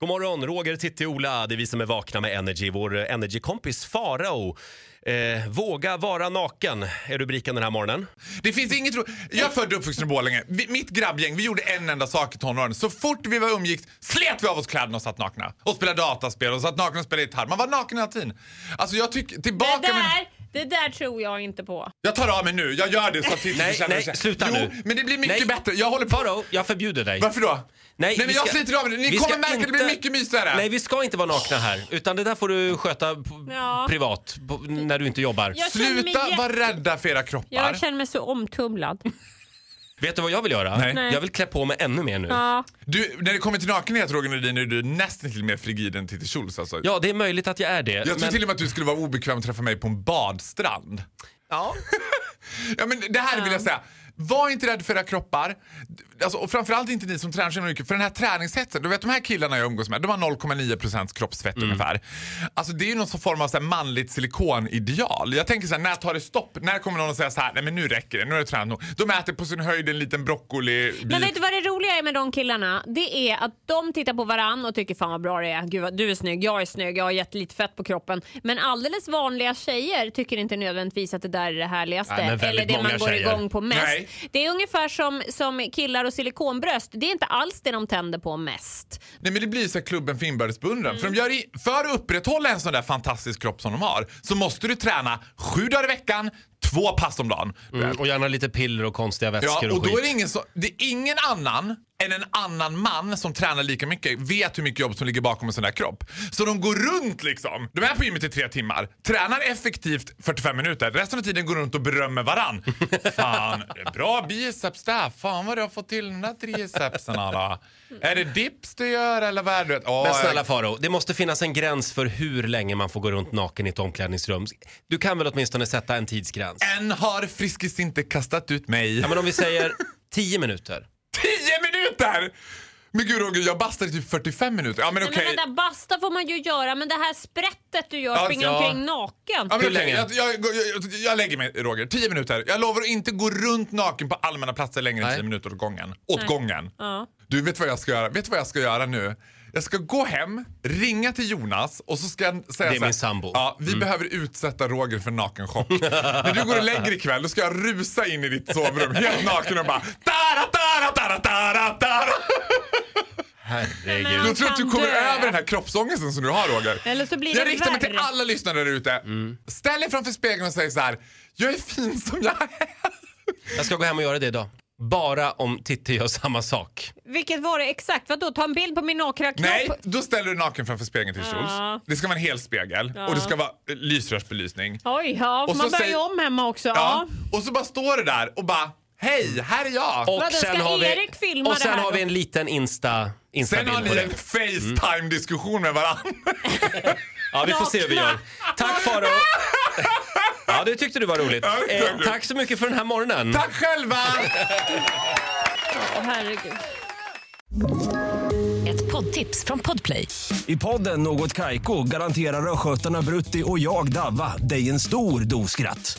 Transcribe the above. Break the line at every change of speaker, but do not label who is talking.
God morgon, Roger, Titti, Ola. Det är vi som är vakna med Energy. Vår Energy-kompis Farao. Eh, våga vara naken är rubriken den här morgonen.
Det finns inget ro- Jag är född och uppvuxen i Borlänge. Vi, mitt grabbgäng, vi gjorde en enda sak i tonåren. Så fort vi var umgicks slet vi av oss kläderna och satt nakna. Och spelade dataspel och satt nakna och spelade gitarr. Man var naken hela tiden. Alltså jag tycker, tillbaka
Det
med-
där, det där tror jag inte på.
Jag tar av mig nu, jag gör det så att Titti
Nej,
känner
nej,
sig-
sluta
jo,
nu.
men det blir mycket
Nej.
bättre. Jag håller på.
Farao, jag förbjuder dig.
Varför
Alltså,
då? Nej, men
vi
jag
ska-
sliter av det. Ni
vi
kommer
ska
märka, det blir
inte-
mycket mysigare.
Nej, vi ska inte vara nakna här. Utan det där får du sköta p-
Ja.
privat på, när du inte jobbar.
Jag känner mig
Sluta
jätte-
vara rädda för era kroppar.
Jag känner mig så omtumlad.
Vet du vad jag vill göra?
Nej.
Nej.
Jag vill klä på mig ännu mer nu. Ja.
Ja.
Du, när det kommer till nakenhet Roger Nordin är du nästan till mer frigid än Titti Schultz alltså.
det är möjligt att jag är det.
Jag tror till och med att du skulle vara obekväm att träffa mig på en badstrand.
ja.
Ja, men det här vill jag säga. Var inte rädd för era kroppar. Alltså, och framförallt inte ni som tränar så himla mycket. För den här träningshetsen, du vet de här killarna jag umgås med, de har 0,9% kroppsfett ungefär. Alltså det är ju någon sån form av så här manligt silikonideal. Jag tänker så här, när tar det stopp? När kommer någon att säga så här, nej men nu räcker det, nu har du tränat nog. De äter på sin höjd en liten broccolibit.
Men vet du vad det roliga är med de killarna? Det är att de tittar på varann och tycker fan vad bra det är. Gud vad, du är snygg, jag är snygg, jag har jättelite fett på kroppen. Men alldeles vanliga tjejer tycker inte nödvändigtvis att det där är det härligaste.
Nej, men väldigt
eller det
många
man går
tjejer.
igång på mest.
Nej.
Det är ungefär som, som killar och silikonbröst. Det är inte alls det de tänder på mest.
Nej men det blir så här klubben för inbördes beundran.
Mm.
För, de gör i, för att upprätthålla en sån där fantastisk kropp som de har så måste du träna sju dagar i veckan, två pass om dagen.
Mm, och gärna lite piller och konstiga
Ja,
vätskor
och
och
då är det,
skit.
ingen så, det är ingen annan än en annan man som tränar lika mycket vet hur mycket jobb som ligger bakom en sån där kropp. Så de går runt liksom. De är på gymmet i tre timmar, tränar effektivt 45 minuter. Resten av tiden går de runt och berömmer varann. Fan, bra biceps där. Fan vad du har fått till den där tricepsen då. Är det dips du gör eller vad är det? Oh,
Men snälla Faro, det måste finnas en gräns för hur länge man får gå runt naken i ett omklädningsrum. Du kan väl åtminstone sätta en tidsgräns?
Än har Friskis inte kastat ut mig.
Ja, men om vi säger 10 minuter.
10 minuter! Men gud Roger, jag bastade i typ 45 minuter. Ja men okej. Alltså,
Nej, men vänta, basta får man ju göra men det här sprättet du gör,
Ja,
springer
ja.
omkring naken.
Ja, men
Hur
okej,
länge?
jag, jag, jag, jag, jag lägger mig, Roger. Tio minuter. Jag lovar att inte gå runt naken på allmänna platser längre än
Nej.
tio minuter åt gången. Åt
Nej.
gången.
Ja.
Du, vet vad jag ska göra? Vet du vad jag ska göra nu? Jag ska gå hem, ringa till Jonas och så ska jag säga
Det är
så här,
min sambo. Mm.
Ja, vi behöver utsätta Roger för nakenchock. När du går och lägger dig ikväll, då ska jag rusa in i ditt sovrum helt naken och bara tara, tara, tara, tara, tara.
Herregud.
Men-
Jag tror att du
Kan
kommer
dö.
över den här kroppsångesten som du har Roger.
Eller så blir
jag
det
riktar mig till
värre.
alla lyssnare där ute.
Mm.
Ställ dig framför spegeln och säg så här. Jag är fin som jag är.
Jag ska gå hem och göra det idag. Bara om Titti gör samma sak.
Vilket var det exakt? Vadå, ta en bild på min nakna kropp?
Nej, då ställer du dig naken framför spegeln till Schultz.
Ja.
Det ska vara en hel spegel och det ska vara eh, lysrörsbelysning.
Oj, ja,
Och
för
så
man börjar ju
säger-
om hemma också.
Ja.
Ja.
Och så bara står du där och bara Hej, här är jag.
Och
Vadå, ska Erik filma
och
det
sen
här
har vi
då?
en liten Insta,
Sen
Insta-bild
har
på
ni
det. Mm.
en Facetime-diskussion med varandra.
Ja, vi får se hur vi gör. Tack Faro. Ja, det tyckte du var roligt.
Ja, det tyckte
Eh,
jag.
tack så mycket för den här morgonen.
Tack själva!
Åh, herregud.
Ett poddtips från Podplay.
I podden Något Kaiko garanterar östgötarna Brutti och jag, Davva, dig en stor dos skratt.